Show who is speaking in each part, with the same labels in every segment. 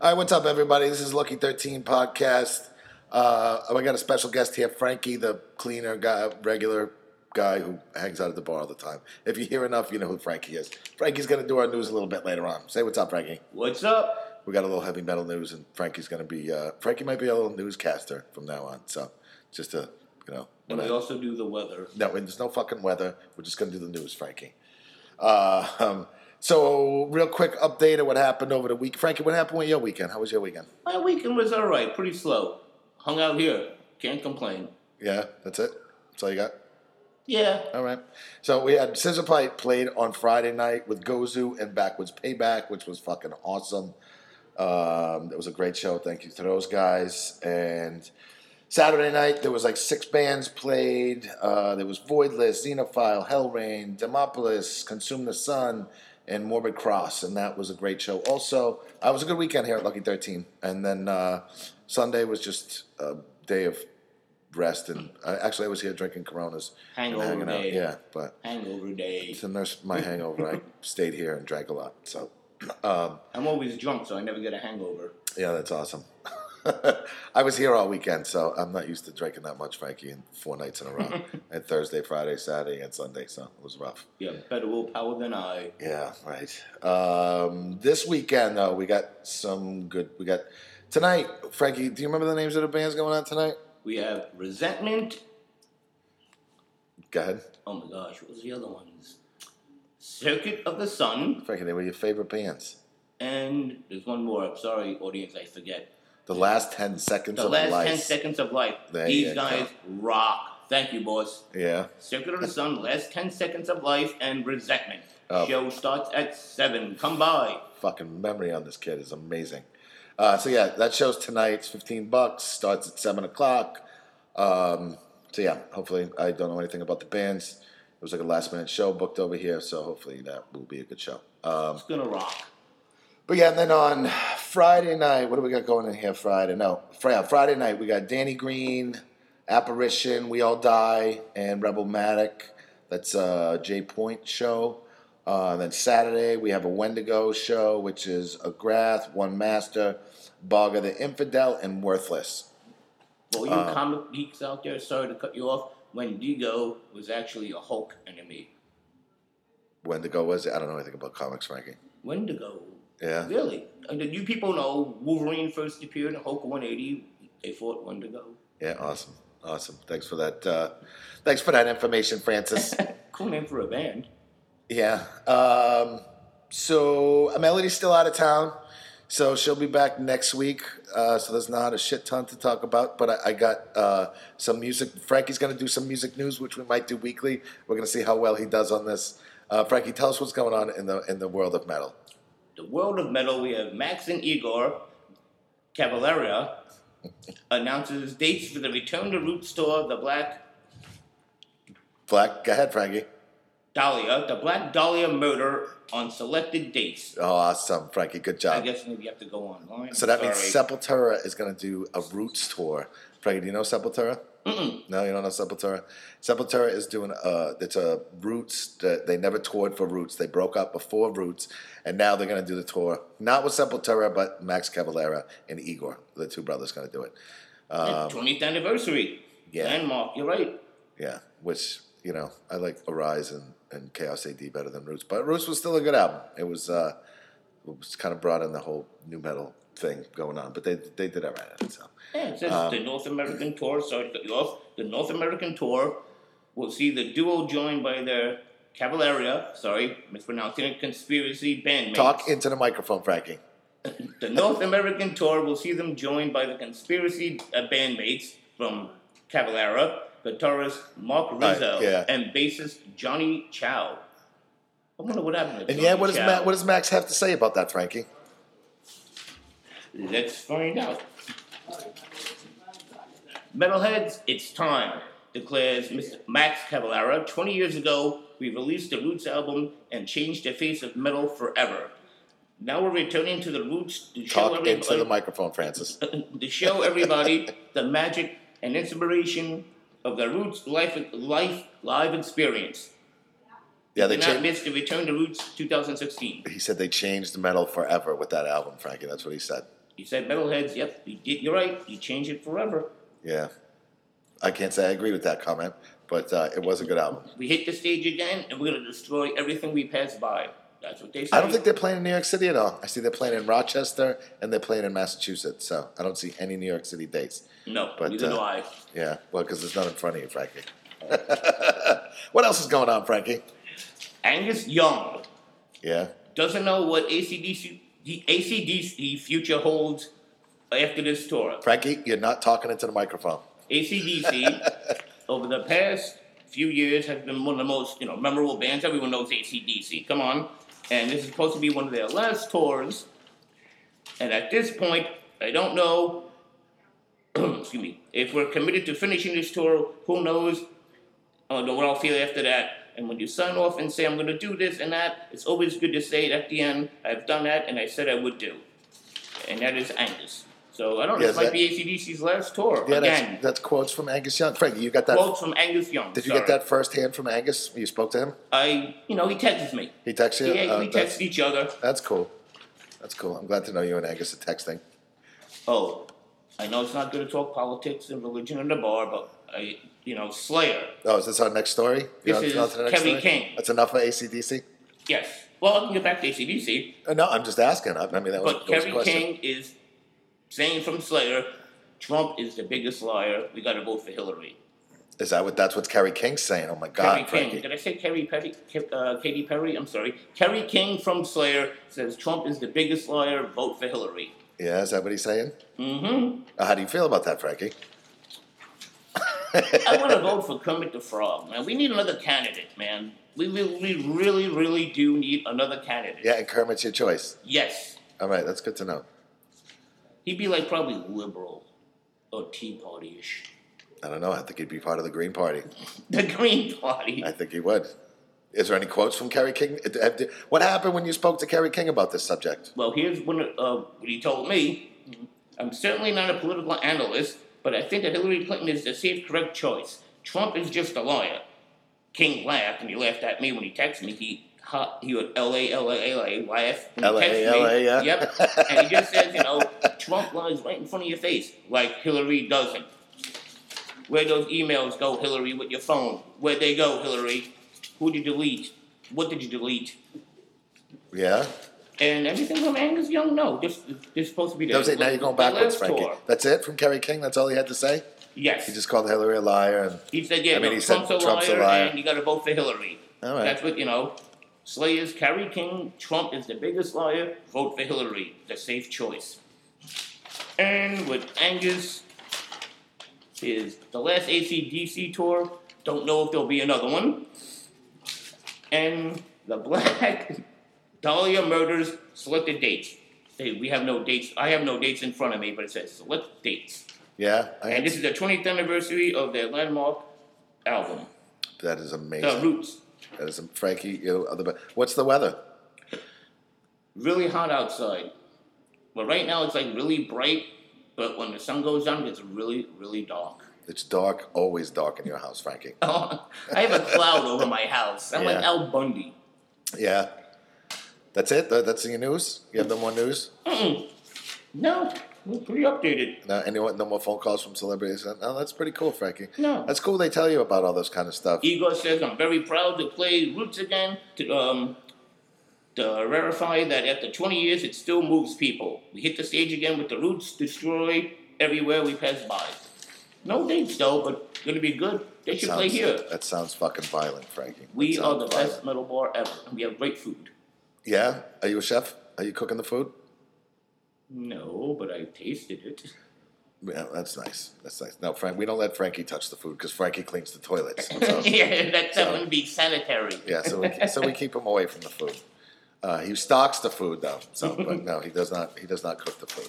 Speaker 1: All right, what's up, everybody? This is Lucky 13 Podcast. Uh, I got a special guest here, Frankie, the cleaner guy, regular guy who hangs out at the bar all the time. If you hear enough, you know who Frankie is. Frankie's going to do our news a little bit later on. Say what's up, Frankie.
Speaker 2: What's up?
Speaker 1: We got a little heavy metal news, and Frankie's going to be, uh, Frankie might be a little newscaster from now on. So just to, you know.
Speaker 2: And we also do the weather.
Speaker 1: No, and there's no fucking weather. We're just going to do the news, Frankie. Uh, um, so, real quick update of what happened over the week. Frankie, what happened with your weekend? How was your weekend?
Speaker 2: My weekend was all right, pretty slow. Hung out here, can't complain.
Speaker 1: Yeah, that's it. That's all you got.
Speaker 2: Yeah,
Speaker 1: All right. So we had Scissor Plate played on Friday night with Gozu and Backwards Payback, which was fucking awesome. Um, it was a great show. Thank you to those guys. And Saturday night there was like six bands played. Uh, there was Voidless, Xenophile, Hellrain, Demopolis, Consume the Sun, and Morbid Cross, and that was a great show. Also, uh, it was a good weekend here at Lucky Thirteen. And then uh, Sunday was just a day of rest. And uh, actually, I was here drinking Coronas, and
Speaker 2: Hangover
Speaker 1: hanging out.
Speaker 2: day.
Speaker 1: Yeah, but
Speaker 2: hangover day.
Speaker 1: to nurse my hangover, I stayed here and drank a lot. So, um,
Speaker 2: I'm always drunk, so I never get a hangover.
Speaker 1: yeah, that's awesome. I was here all weekend, so I'm not used to drinking that much, Frankie, in four nights in a row. and Thursday, Friday, Saturday, and Sunday, so it was rough.
Speaker 2: You have better willpower than I.
Speaker 1: Yeah, right. Um, this weekend, though, we got some good. We got tonight, Frankie. Do you remember the names of the bands going on tonight?
Speaker 2: We have resentment.
Speaker 1: Go ahead,
Speaker 2: Oh my gosh, what was the other ones? Circuit of the Sun,
Speaker 1: Frankie. They were your favorite bands.
Speaker 2: and there's one more. I'm sorry, audience, I forget.
Speaker 1: The last ten seconds
Speaker 2: The
Speaker 1: of
Speaker 2: last
Speaker 1: life.
Speaker 2: ten seconds of life.
Speaker 1: There you
Speaker 2: These
Speaker 1: go.
Speaker 2: guys rock. Thank you, boss.
Speaker 1: Yeah.
Speaker 2: Circuit of the Sun, last 10 seconds of life, and resentment.
Speaker 1: Oh.
Speaker 2: Show starts at 7. Come by.
Speaker 1: fucking memory on this kid is amazing. Uh, so yeah, that show's tonight. It's fifteen bucks. Starts at seven o'clock. Um, so yeah, hopefully I don't know anything about the bands. It was like a last minute show booked over here, so hopefully that will be a good show. Um,
Speaker 2: It's gonna rock.
Speaker 1: but yeah, and then on Friday night, what do we got going in here Friday? No, Friday, Friday night, we got Danny Green, Apparition, We All Die, and Rebel Matic. That's a J Point show. Uh, then Saturday, we have a Wendigo show, which is a Grath, One Master, Bogger the Infidel, and Worthless.
Speaker 2: For you comic geeks out there, sorry to cut you off. Wendigo was actually a Hulk enemy.
Speaker 1: Wendigo was it? I don't know anything about comics, Frankie.
Speaker 2: Wendigo.
Speaker 1: Yeah.
Speaker 2: Really? And did you people know Wolverine first appeared in Hulk 180? They fought Wendigo.
Speaker 1: Yeah, awesome. Awesome. Thanks for that. Uh, thanks for that information, Francis.
Speaker 2: Cool name for a band.
Speaker 1: Yeah. Um, so Melody's still out of town, so she'll be back next week. Uh, so there's not a shit ton to talk about, but I, I got uh, some music. Frankie's gonna do some music news, which we might do weekly. We're gonna see how well he does on this. Uh, Frankie, tell us what's going on in the in the world of metal.
Speaker 2: The world of metal, we have Max and Igor Cavalera announces dates for the Return to Root Store, the Black
Speaker 1: Black, go ahead, Frankie.
Speaker 2: Dahlia, the Black Dahlia murder on selected dates.
Speaker 1: Oh, awesome, Frankie. Good
Speaker 2: I
Speaker 1: job.
Speaker 2: guess maybe you have to go online.
Speaker 1: So that
Speaker 2: Sorry.
Speaker 1: means Sepultura is going to do a Roots tour. Frankie, do you know Sepultura? Mm-mm. No, you don't know Sepultura. Sepultura is doing a. It's a Roots. That they never toured for Roots. They broke up before Roots, and now they're going to do the tour. Not with Sepultura, but Max Cavalera and Igor, the two brothers, going to do it.
Speaker 2: And 20th anniversary.
Speaker 1: um, yeah.
Speaker 2: Landmark, you're right.
Speaker 1: Yeah, which you know I like Arise and, and Chaos AD better than Roots, but Roots was still a good album. It was uh, it was kind of brought in the whole new metal thing going on, but they they did all right at it. So
Speaker 2: Yeah, it says
Speaker 1: Um,
Speaker 2: the North American tour. Sorry to cut you off. The North American tour will see the duo joined by their Cavalera, sorry, mispronouncing it, conspiracy bandmates.
Speaker 1: talk into the microphone, Frankie.
Speaker 2: The North American tour will see them joined by the conspiracy uh, bandmates from Cavalera, guitarist Mark
Speaker 1: Right,
Speaker 2: Rizzo,
Speaker 1: yeah.
Speaker 2: and bassist Johnny Chow. I wonder what happened to
Speaker 1: And
Speaker 2: Johnny
Speaker 1: yeah, what does
Speaker 2: Chow.
Speaker 1: Ma- what does Max have to say about that, Frankie?
Speaker 2: Let's find out. Metalheads, it's time, declares Mr. Max Cavalera. 20 years ago, we released the Roots album and changed the face of metal forever. Now we're returning to the roots to show
Speaker 1: Talk into
Speaker 2: everybody
Speaker 1: the microphone, Francis.
Speaker 2: to show everybody the magic and inspiration of the Roots life, life live experience.
Speaker 1: Yeah, they
Speaker 2: Do not
Speaker 1: changed.
Speaker 2: miss the Return to Roots 2016.
Speaker 1: He said they changed the metal forever with that album, Frankie. That's what he said.
Speaker 2: You said metalheads. Yep, you did, you're right. You change it forever.
Speaker 1: Yeah. I can't say I agree with that comment, but uh, it was a good album.
Speaker 2: We hit the stage again, and we're gonna destroy everything we pass by. That's what they say.
Speaker 1: I don't think they're playing in New York City at all. I see they're playing in Rochester and they're playing in Massachusetts. So I don't see any New York City dates.
Speaker 2: No,
Speaker 1: but,
Speaker 2: neither do
Speaker 1: uh,
Speaker 2: I.
Speaker 1: Yeah, well, because it's not in front of you, Frankie. what else is going on, Frankie?
Speaker 2: Angus Young
Speaker 1: Yeah.
Speaker 2: doesn't know what ACDC, the ACDC future holds after this tour.
Speaker 1: Frankie, you're not talking into the microphone.
Speaker 2: ACDC, over the past few years, has been one of the most you know memorable bands. Everyone knows ACDC. Come on. And this is supposed to be one of their last tours. And at this point, I don't know excuse me, if we're committed to finishing this tour, who knows uh, what I'll feel after that. And when you sign off and say, I'm going to do this and that, it's always good to say it at the end, I've done that and I said I would do. And that is Angus. So I don't know,
Speaker 1: Yes,
Speaker 2: this
Speaker 1: that-
Speaker 2: might be ACDC's last tour.
Speaker 1: Yeah,
Speaker 2: Again,
Speaker 1: that's, that's quotes from Angus Young. Frankie, you got that?
Speaker 2: quotes from Angus Young.
Speaker 1: did you get
Speaker 2: sorry.
Speaker 1: that firsthand from Angus? You spoke to him?
Speaker 2: I, you know, he texts me.
Speaker 1: He texted you?
Speaker 2: Yeah,
Speaker 1: Uh,
Speaker 2: we
Speaker 1: that's,
Speaker 2: text each other.
Speaker 1: that's cool. That's cool. I'm glad to know you and Angus are texting.
Speaker 2: Oh, I know it's not good to talk politics and religion in the bar, but I, you know, Slayer.
Speaker 1: Oh, is this our next story? You're
Speaker 2: This
Speaker 1: on-
Speaker 2: is
Speaker 1: on to the next story?
Speaker 2: Kevin King.
Speaker 1: That's enough for ACDC?
Speaker 2: Yes. Well, I can get back to ACDC.
Speaker 1: Uh, no, I'm just asking. I I mean, that was,
Speaker 2: But
Speaker 1: that was a
Speaker 2: Kerry
Speaker 1: question.
Speaker 2: King is saying from Slayer, Trump is the biggest liar. We got to vote for Hillary.
Speaker 1: Is that what? That's what Kerry King's saying. Oh my
Speaker 2: Kerry
Speaker 1: God,
Speaker 2: King.
Speaker 1: Frankie.
Speaker 2: Did I say Kerry Perry? Ke- Uh, Katy Perry? I'm sorry. Kerry King from Slayer says Trump is the biggest liar. Vote for Hillary.
Speaker 1: Yeah, is that what he's saying?
Speaker 2: Mm-hmm.
Speaker 1: Uh, how do you feel about that, Frankie?
Speaker 2: I want to vote for Kermit the Frog, man. We need another candidate, man. We, we, we really, really do need another candidate.
Speaker 1: Yeah, and Kermit's your choice.
Speaker 2: Yes.
Speaker 1: All right, that's good to know.
Speaker 2: He'd be like probably liberal or Tea Party ish.
Speaker 1: I don't know. I think he'd be part of the Green Party.
Speaker 2: The Green Party.
Speaker 1: I think he would. Is there any quotes from Kerry King? Uh, uh, did- What happened when you spoke to Kerry King about this subject?
Speaker 2: Well, here's one of, uh, what he told me. I'm certainly not a political analyst, but I think that Hillary Clinton is the safe, correct choice. Trump is just a liar. King laughed, and he laughed at me when he texted me. He ha, he would L A L A L A laugh. when he
Speaker 1: LA,
Speaker 2: texted me.
Speaker 1: LA, yeah.
Speaker 2: Yep. And he just says, you know, Trump lies right in front of your face, like Hillary doesn't. Where those emails go, Hillary, with your phone? Where they go, Hillary? Who'd you delete? What did you delete?
Speaker 1: Yeah,
Speaker 2: And everything from Angus Young, no. This this is supposed to be the
Speaker 1: that was it. Now you're going
Speaker 2: the
Speaker 1: backwards,
Speaker 2: last
Speaker 1: Frankie.
Speaker 2: tour.
Speaker 1: That's it from Kerry King. That's all he had to say.
Speaker 2: Yes.
Speaker 1: He just called Hillary a liar, and
Speaker 2: he said, yeah,
Speaker 1: I mean,
Speaker 2: no,
Speaker 1: he said
Speaker 2: Trump's, a,
Speaker 1: Trump's a
Speaker 2: liar,
Speaker 1: liar.
Speaker 2: and you got to vote for Hillary.
Speaker 1: All right.
Speaker 2: That's what, you know, Slayers, Kerry King, Trump is the biggest liar, vote for Hillary, the safe choice. And with Angus, is the last ACDC tour. Don't know if there'll be another one. And the Black Dahlia murders selected dates. Hey, we have no dates. I have no dates in front of me, but it says select dates.
Speaker 1: yeah, I
Speaker 2: And this is the 20th anniversary of their landmark album,
Speaker 1: that is
Speaker 2: The
Speaker 1: amazing.
Speaker 2: Roots.
Speaker 1: That is Frankie. You are the be- What's the weather?
Speaker 2: Really hot outside. But right now it's like really bright, but when the sun goes down, it's really, really dark.
Speaker 1: It's dark. Always dark in your house, Frankie.
Speaker 2: I have a cloud over my house. I'm like
Speaker 1: Yeah.
Speaker 2: Al Bundy.
Speaker 1: Yeah. That's it? Tha- That's your news? You have no more news?
Speaker 2: Mm-mm. No, we're pretty updated.
Speaker 1: No, anyone, no more phone calls from celebrities? No, that's pretty cool, Frankie.
Speaker 2: No.
Speaker 1: That's cool they tell you about all this kind of stuff.
Speaker 2: Igor says, I'm very proud to play Roots again to, um, to verify that after 20 years, it still moves people. We hit the stage again with the Roots, Destroy, everywhere we pass by. No dates, though, but going to be good. They should play
Speaker 1: Sounds-
Speaker 2: here.
Speaker 1: That sounds fucking violent, Frankie.
Speaker 2: We
Speaker 1: That
Speaker 2: are
Speaker 1: sounds
Speaker 2: the
Speaker 1: violent.
Speaker 2: best metal bar ever, and we have great food.
Speaker 1: Yeah? Are you a chef? Are you cooking the food?
Speaker 2: No, but I tasted it.
Speaker 1: Yeah, that's nice. That's nice. No, Frank, we don't let Frankie touch the food because Frankie cleans the toilets. So,
Speaker 2: yeah, that, that
Speaker 1: So-
Speaker 2: wouldn't be sanitary.
Speaker 1: yeah, so we, so we keep him away from the food. Uh, he stocks the food though, so but no, he does not. He does not cook the food.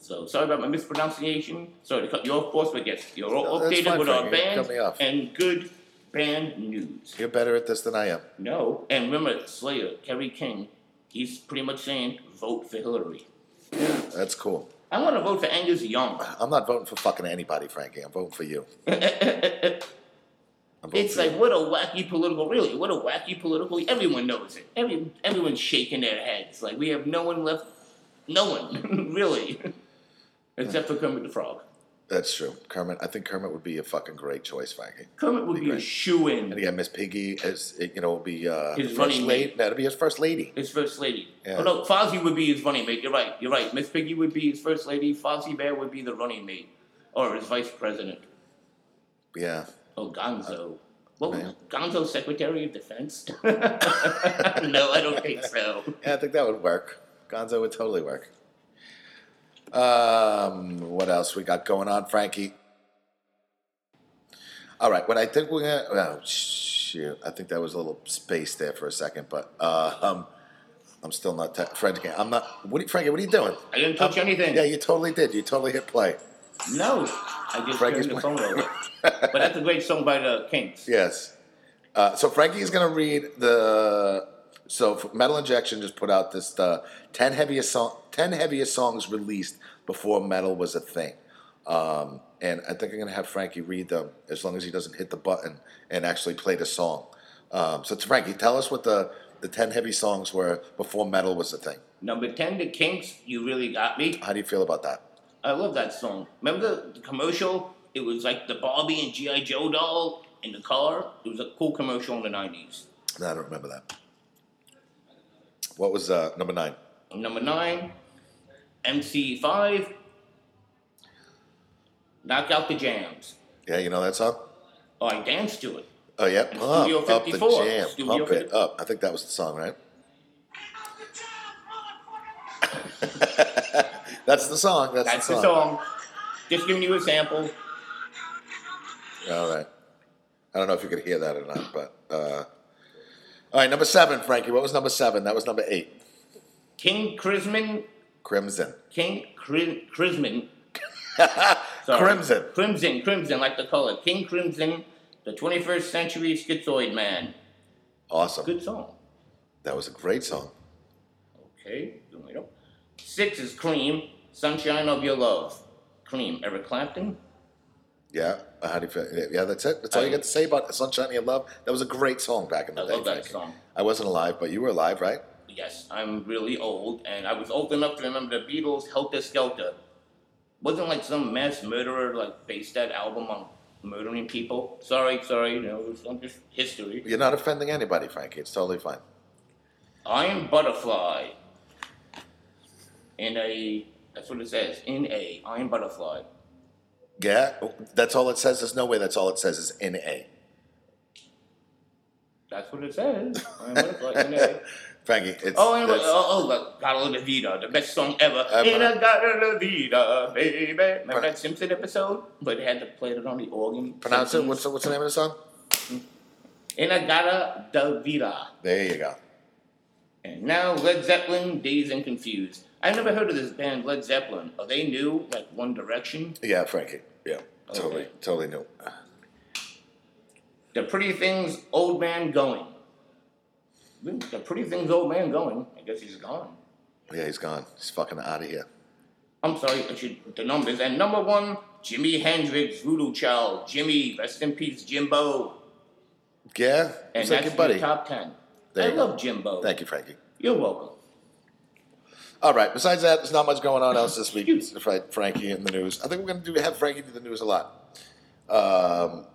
Speaker 2: So sorry about my mispronunciation. Sorry to cut you off, boss, but yes, you're all
Speaker 1: No, that's
Speaker 2: updated
Speaker 1: fine,
Speaker 2: with our
Speaker 1: Frank. You cut me
Speaker 2: band
Speaker 1: off.
Speaker 2: and good band news.
Speaker 1: You're better at this than I am.
Speaker 2: No, and remember Slayer, Kerry King, he's pretty much saying vote for Hillary.
Speaker 1: That's cool.
Speaker 2: I want to vote for Angus Young.
Speaker 1: I'm not voting for fucking anybody, Frankie. I'm voting for you. I'm voting
Speaker 2: It's
Speaker 1: for
Speaker 2: like
Speaker 1: you.
Speaker 2: what a wacky political, really, what a wacky political. Everyone knows it. Every everyone's shaking their heads. Like we have no one left No one, really, except for Kermit the Frog.
Speaker 1: That's true. Kermit, I think Kermit would be a fucking great choice, Frankie.
Speaker 2: Kermit would be a
Speaker 1: great.
Speaker 2: shoe
Speaker 1: And
Speaker 2: in
Speaker 1: again, Miss Piggy as you know, would be uh,
Speaker 2: His
Speaker 1: first
Speaker 2: running
Speaker 1: lady.
Speaker 2: mate.
Speaker 1: That'd be his first lady.
Speaker 2: his first lady.
Speaker 1: Yeah.
Speaker 2: Oh no, Fozzie would be his running mate. You're right. You're right. Miss Piggy would be his first lady. Fozzie Bear would be the running mate, or his vice president.
Speaker 1: Yeah.
Speaker 2: Oh,
Speaker 1: Uh,
Speaker 2: Gonzo. What was
Speaker 1: man.
Speaker 2: Gonzo Secretary of Defense? no, I don't think so.
Speaker 1: Yeah, I think that would work. Gonzo would totally work. Um, what else we got going on, Frankie? All right, what I think we're gonna. Oh shoot! I think that was a little space there for a second, but uh, um, I'm still not te- Frankie. I'm not. What, are you- Frankie? What are you doing?
Speaker 2: I didn't touch anything.
Speaker 1: Um, Yeah, you totally did. You totally hit play.
Speaker 2: No, I just
Speaker 1: Frank
Speaker 2: turned
Speaker 1: is
Speaker 2: the
Speaker 1: playing.
Speaker 2: phone over. but that's a great song by the Kinks.
Speaker 1: Yes. Uh, so Frankie is going to read the. So F- Metal Injection just put out this uh, ten heaviest song, ten heaviest songs released before metal was a thing, um, and I think I'm going to have Frankie read them as long as he doesn't hit the button and actually play the song. Um, so Frankie, tell us what the the ten heavy songs were before metal was a thing.
Speaker 2: Number ten, the Kinks. You really got me.
Speaker 1: How do you feel about that?
Speaker 2: I love that song. Remember the, the commercial? It was like the Barbie and GI Joe doll in the car. It was a cool commercial in the nineties.
Speaker 1: No, I don't remember that. What was uh, number nine?
Speaker 2: Number nine, MC5. Knock out the jams.
Speaker 1: Yeah, you know that song.
Speaker 2: Oh, I danced to it.
Speaker 1: Oh yeah,
Speaker 2: And
Speaker 1: pump
Speaker 2: Studio
Speaker 1: up the
Speaker 2: 54.
Speaker 1: jam,
Speaker 2: Studio
Speaker 1: pump it
Speaker 2: 50.
Speaker 1: up. I think that was the song, right? That's the song. That's,
Speaker 2: That's
Speaker 1: the,
Speaker 2: the
Speaker 1: song.
Speaker 2: song. Just giving you a sample.
Speaker 1: All right. I don't know if you could hear that or not, but uh, all right. Number seven, Frankie. What was number seven? That was number eight.
Speaker 2: King Crimson.
Speaker 1: Crimson.
Speaker 2: King Cri- Crimson. Sorry.
Speaker 1: Crimson.
Speaker 2: Crimson, crimson, like the color. King Crimson, the 21st Century Schizoid Man.
Speaker 1: Awesome.
Speaker 2: Good song.
Speaker 1: That was a great song.
Speaker 2: Okay, wait up. Six is Cream, Sunshine of Your Love. Cream, Eric Clapton.
Speaker 1: Yeah. Uh, How do you feel? Yeah, that's it. That's all you got to say about "Sunshine of Your Love." That was a great song back in the
Speaker 2: I
Speaker 1: day.
Speaker 2: love that
Speaker 1: Frankie.
Speaker 2: song.
Speaker 1: I wasn't alive, but you were alive, right?
Speaker 2: Yes, I'm really old, and I was old enough to remember the Beatles' Helter Skelter. Wasn't like some mass murderer like based that album on murdering people. Sorry, sorry, you know, it was just history.
Speaker 1: You're not offending anybody, Frankie. It's totally fine.
Speaker 2: Iron Butterfly. In a, that's what it says. In a Iron Butterfly.
Speaker 1: Yeah, that's all it says. There's no way that's all it says is in A.
Speaker 2: That's what it says. Iron Butterfly. In a.
Speaker 1: Frankie, it's.
Speaker 2: Oh, and, oh,
Speaker 1: that's-
Speaker 2: oh, oh, Gato La Vida, the best song ever.
Speaker 1: I've
Speaker 2: In
Speaker 1: heard-
Speaker 2: a Gato La Vida, baby. Remember
Speaker 1: Pro-
Speaker 2: that Simpson episode? But they had to play it on the organ.
Speaker 1: Pronounce it.
Speaker 2: Simpsons?
Speaker 1: What's the, what's the name of the song?
Speaker 2: In a Gato La Vida.
Speaker 1: There you go.
Speaker 2: And now Led Zeppelin, Dazed and Confused. I've never heard of this band, Led Zeppelin. Are they new, like One Direction?
Speaker 1: Yeah, Frankie. Yeah, totally,
Speaker 2: Okay.
Speaker 1: totally new.
Speaker 2: The Pretty Things, Old Man Going. The Pretty Things, Old Man Going. I guess he's gone.
Speaker 1: Yeah, he's gone. He's fucking out of here.
Speaker 2: I'm sorry, I should, the numbers. And number one, Jimi Hendrix, Voodoo Child. Jimmy, rest in peace, Jimbo.
Speaker 1: Yeah,
Speaker 2: And
Speaker 1: he's like your
Speaker 2: that's
Speaker 1: buddy.
Speaker 2: your top ten.
Speaker 1: There
Speaker 2: I
Speaker 1: you go.
Speaker 2: love Jimbo.
Speaker 1: Thank you, Frankie.
Speaker 2: You're welcome.
Speaker 1: All right. Besides that, there's not much going on else this week. Fra- Frankie in the news. I think we're gonna do have Frankie do the news a lot. Um,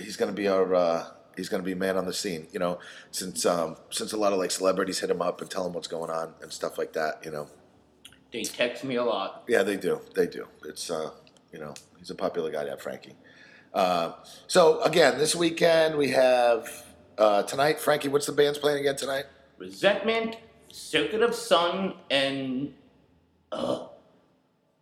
Speaker 1: he's gonna be our. Uh, he's gonna be man on the scene. You know, since um, since a lot of like celebrities hit him up and tell him what's going on and stuff like that. You know.
Speaker 2: They text me a lot.
Speaker 1: Yeah, they do. They do. It's uh, you know, he's a popular guy to have Frankie. Uh, so again, this weekend we have uh, tonight. Frankie, what's the band's playing again tonight?
Speaker 2: Resentment, Circuit of Sun, and uh,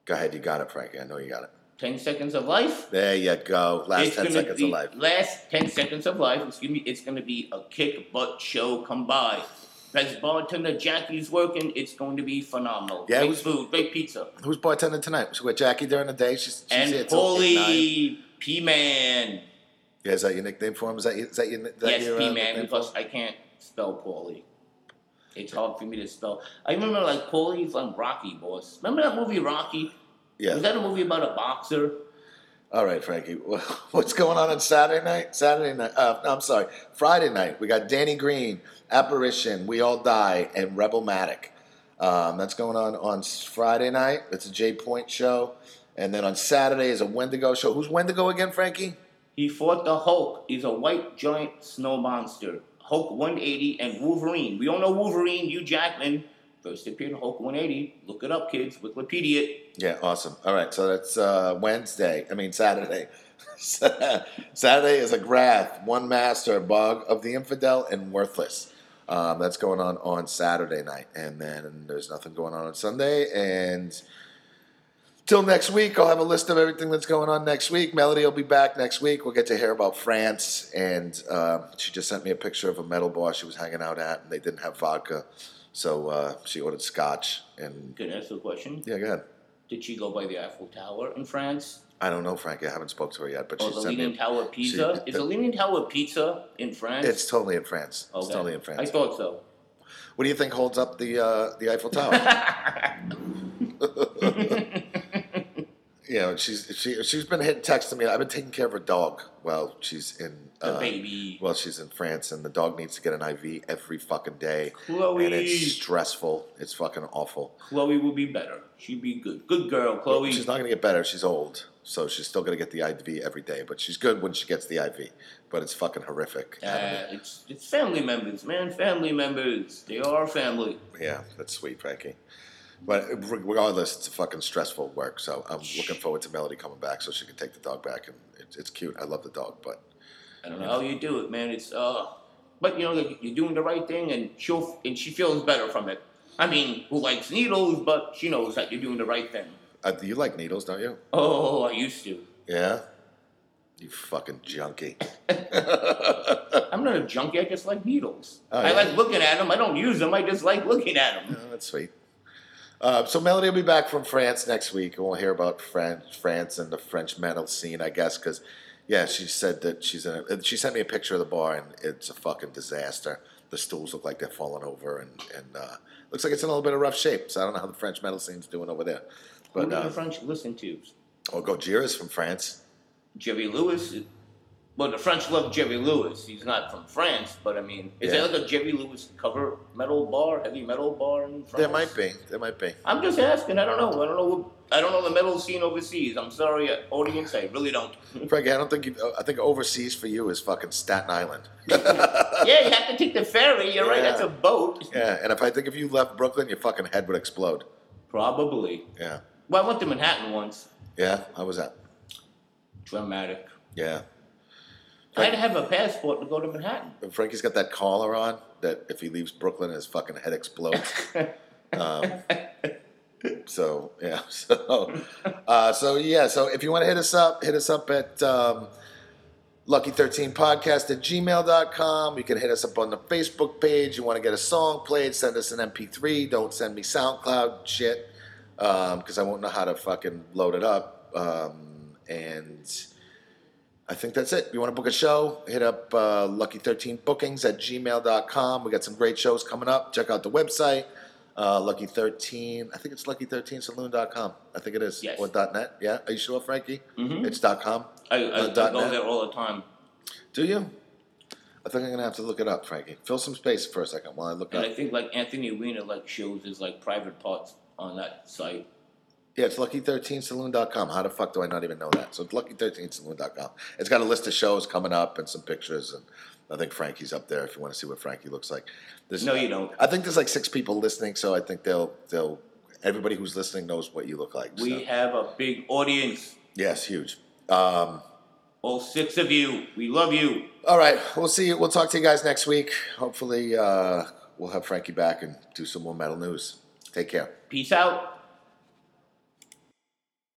Speaker 1: Go ahead, you got it, Frankie. I know you got it.
Speaker 2: Ten Seconds of Life.
Speaker 1: There you go. Last
Speaker 2: It's
Speaker 1: ten
Speaker 2: gonna
Speaker 1: seconds
Speaker 2: be,
Speaker 1: of life.
Speaker 2: Last ten seconds of life. Excuse me. It's gonna be a kick butt show. Come by. Best bartender Jackie's working. It's going to be phenomenal.
Speaker 1: Yeah, it
Speaker 2: great
Speaker 1: was-
Speaker 2: food, great pizza,
Speaker 1: Who's bartending tonight? She's with Jackie during the day. She's, she's here
Speaker 2: and
Speaker 1: till eight, nine.
Speaker 2: Paulie P Man.
Speaker 1: Yeah, is that your nickname for him? Is that your, is that your is that
Speaker 2: Yes,
Speaker 1: your, uh,
Speaker 2: P Man,
Speaker 1: nickname?
Speaker 2: because I can't spell Paulie. It's hard for me to spell. I remember like Paulie's on Rocky, boss. Remember that movie Rocky? Was
Speaker 1: Yeah.
Speaker 2: that a movie about a boxer?
Speaker 1: All right, Frankie. What's going on on Saturday night? Saturday night. Uh, no, I'm sorry. Friday night. We got Danny Green, Apparition, We All Die, and Rebel Matic. Um, that's going on on s- Friday night. That's a J Point show. And then on Saturday is a Wendigo show. Who's Wendigo again, Frankie?
Speaker 2: He fought the Hulk. He's a white giant snow monster. Hulk 180 and Wolverine. We all know Wolverine, Hugh Jackman. First appeared in Hulk 180. Look it up, kids. Wikipedia it.
Speaker 1: Yeah, awesome. All right, so that's uh, Wednesday. I mean Saturday. Saturday is a Grath, One Master, Bog of the Infidel, and Worthless. Um, that's going on on Saturday night, and then there's nothing going on on Sunday. And till next week, I'll have a list of everything that's going on next week. Melody will be back next week. We'll get to hear about France, and uh, she just sent me a picture of a metal bar she was hanging out at, and they didn't have vodka, so uh, she ordered scotch. And
Speaker 2: Can I ask you a question?
Speaker 1: yeah, go ahead.
Speaker 2: Did she go by the Eiffel Tower in France?
Speaker 1: I don't know, Frankie. I haven't spoke to her yet, but
Speaker 2: Or
Speaker 1: she
Speaker 2: Oh, the
Speaker 1: sent
Speaker 2: Leaning
Speaker 1: me.
Speaker 2: Tower Pizza?
Speaker 1: she-
Speaker 2: Is the Leaning Tower Pizza in France?
Speaker 1: It's totally in France. It's
Speaker 2: Okay.
Speaker 1: totally in
Speaker 2: I
Speaker 1: France.
Speaker 2: thought so.
Speaker 1: What do you think holds up the uh, the Eiffel Tower? you know, she's she she's been hit texting me. I've been taking care of her dog while she's in
Speaker 2: The
Speaker 1: uh,
Speaker 2: baby.
Speaker 1: while she's in France, and the dog needs to get an IV every fucking day.
Speaker 2: Chloe.
Speaker 1: And it's stressful. It's fucking awful.
Speaker 2: Chloe will be better. She'd be good. Good girl, Chloe.
Speaker 1: She's not gonna get better. She's old, so she's still gonna get the IV every day. But she's good when she gets the IV. But it's fucking horrific. having
Speaker 2: Uh, it's, it's family members, man. Family members. They are family.
Speaker 1: Yeah, that's sweet, Frankie. But re- regardless, it's a fucking stressful work. So I'm looking forward to Melody coming back so she can take the dog back. And it's, it's cute. I love the dog, but
Speaker 2: I don't know how you do it, man. It's uh, but you know like, you're doing the right thing, and she'll and she feels better from it. I mean, who likes needles? But she knows that you're doing the right thing.
Speaker 1: uh, you like needles, don't you?
Speaker 2: Oh, I used to.
Speaker 1: Yeah. You fucking junkie.
Speaker 2: I'm not a junkie. I just like needles.
Speaker 1: Oh,
Speaker 2: I
Speaker 1: yeah.
Speaker 2: like looking at them. I don't use them. I just like looking at them.
Speaker 1: Oh, that's sweet. Uh, so Melody will be back from France next week, and we'll hear about France, France and the French metal scene, I guess. Because, yeah, she said that she's in. A, she sent me a picture of the bar, and it's a fucking disaster. The stools look like they're falling over, and and uh, looks like it's in a little bit of rough shape. So I don't know how the French metal scene's doing over there.
Speaker 2: Who
Speaker 1: But
Speaker 2: do the
Speaker 1: uh,
Speaker 2: French listen to?
Speaker 1: oh, Gojira's from France.
Speaker 2: Jerry Lewis. Well, the French love Jerry Lewis. He's not from France, but I mean, is
Speaker 1: Yeah.
Speaker 2: there like a Jerry Lewis cover metal bar, heavy metal bar in France?
Speaker 1: There might be. There might be.
Speaker 2: I'm just asking. I don't know. I don't know. What, I don't know the metal scene overseas. I'm sorry, uh, audience. I really don't.
Speaker 1: Frankie, I don't think. You, I think overseas for you is fucking Staten Island.
Speaker 2: yeah, you have to take the ferry. You're right.
Speaker 1: Yeah.
Speaker 2: That's a boat.
Speaker 1: yeah, and if I think if you left Brooklyn, your fucking head would explode.
Speaker 2: Probably.
Speaker 1: Yeah,
Speaker 2: Well, I went to Manhattan once.
Speaker 1: yeah. How was that?
Speaker 2: Dramatic.
Speaker 1: Yeah.
Speaker 2: I had to have a passport to go to Manhattan.
Speaker 1: And Frankie's got that collar on that if he leaves Brooklyn, his fucking head explodes. um, so yeah, so uh, so yeah, so if you want to hit us up, hit us up at um, lucky13podcast at gmail.com. You can hit us up on the Facebook page. You want to get a song played, send us an MP3. Don't send me SoundCloud shit because I won't know how to fucking load it up. Um, and. I think that's it. You want to book a show? Hit up uh, lucky13bookings at gmail.com. We got some great shows coming up. Check out the website, uh, lucky13. I think it's lucky13saloon.com. I think it is.
Speaker 2: Yes.
Speaker 1: Or .net. Yeah. Are you sure, Frankie?
Speaker 2: Mhm.
Speaker 1: It's .com.
Speaker 2: I, I,
Speaker 1: Uh,
Speaker 2: I
Speaker 1: dot
Speaker 2: go
Speaker 1: net.
Speaker 2: there all the time.
Speaker 1: Do you? I think I'm going to have to look it up, Frankie. Fill some space for a second while I look it
Speaker 2: And
Speaker 1: up.
Speaker 2: I think like Anthony Weiner like shows his like private parts on that site.
Speaker 1: Yeah, it's lucky13saloon.com. How the fuck do I not even know that? So it's lucky13saloon.com. It's got a list of shows coming up and some pictures, and I think Frankie's up there if you want to see what Frankie looks like. There's,
Speaker 2: No, you don't.
Speaker 1: I think there's like six people listening, so I think they'll they'll everybody who's listening knows what you look like.
Speaker 2: We
Speaker 1: so.
Speaker 2: have a big audience.
Speaker 1: yes, huge. Um,
Speaker 2: All six of you. We love you.
Speaker 1: all right, we'll see. you. We'll talk to you guys next week. Hopefully, uh, we'll have Frankie back and do some more metal news. Take care.
Speaker 2: Peace out.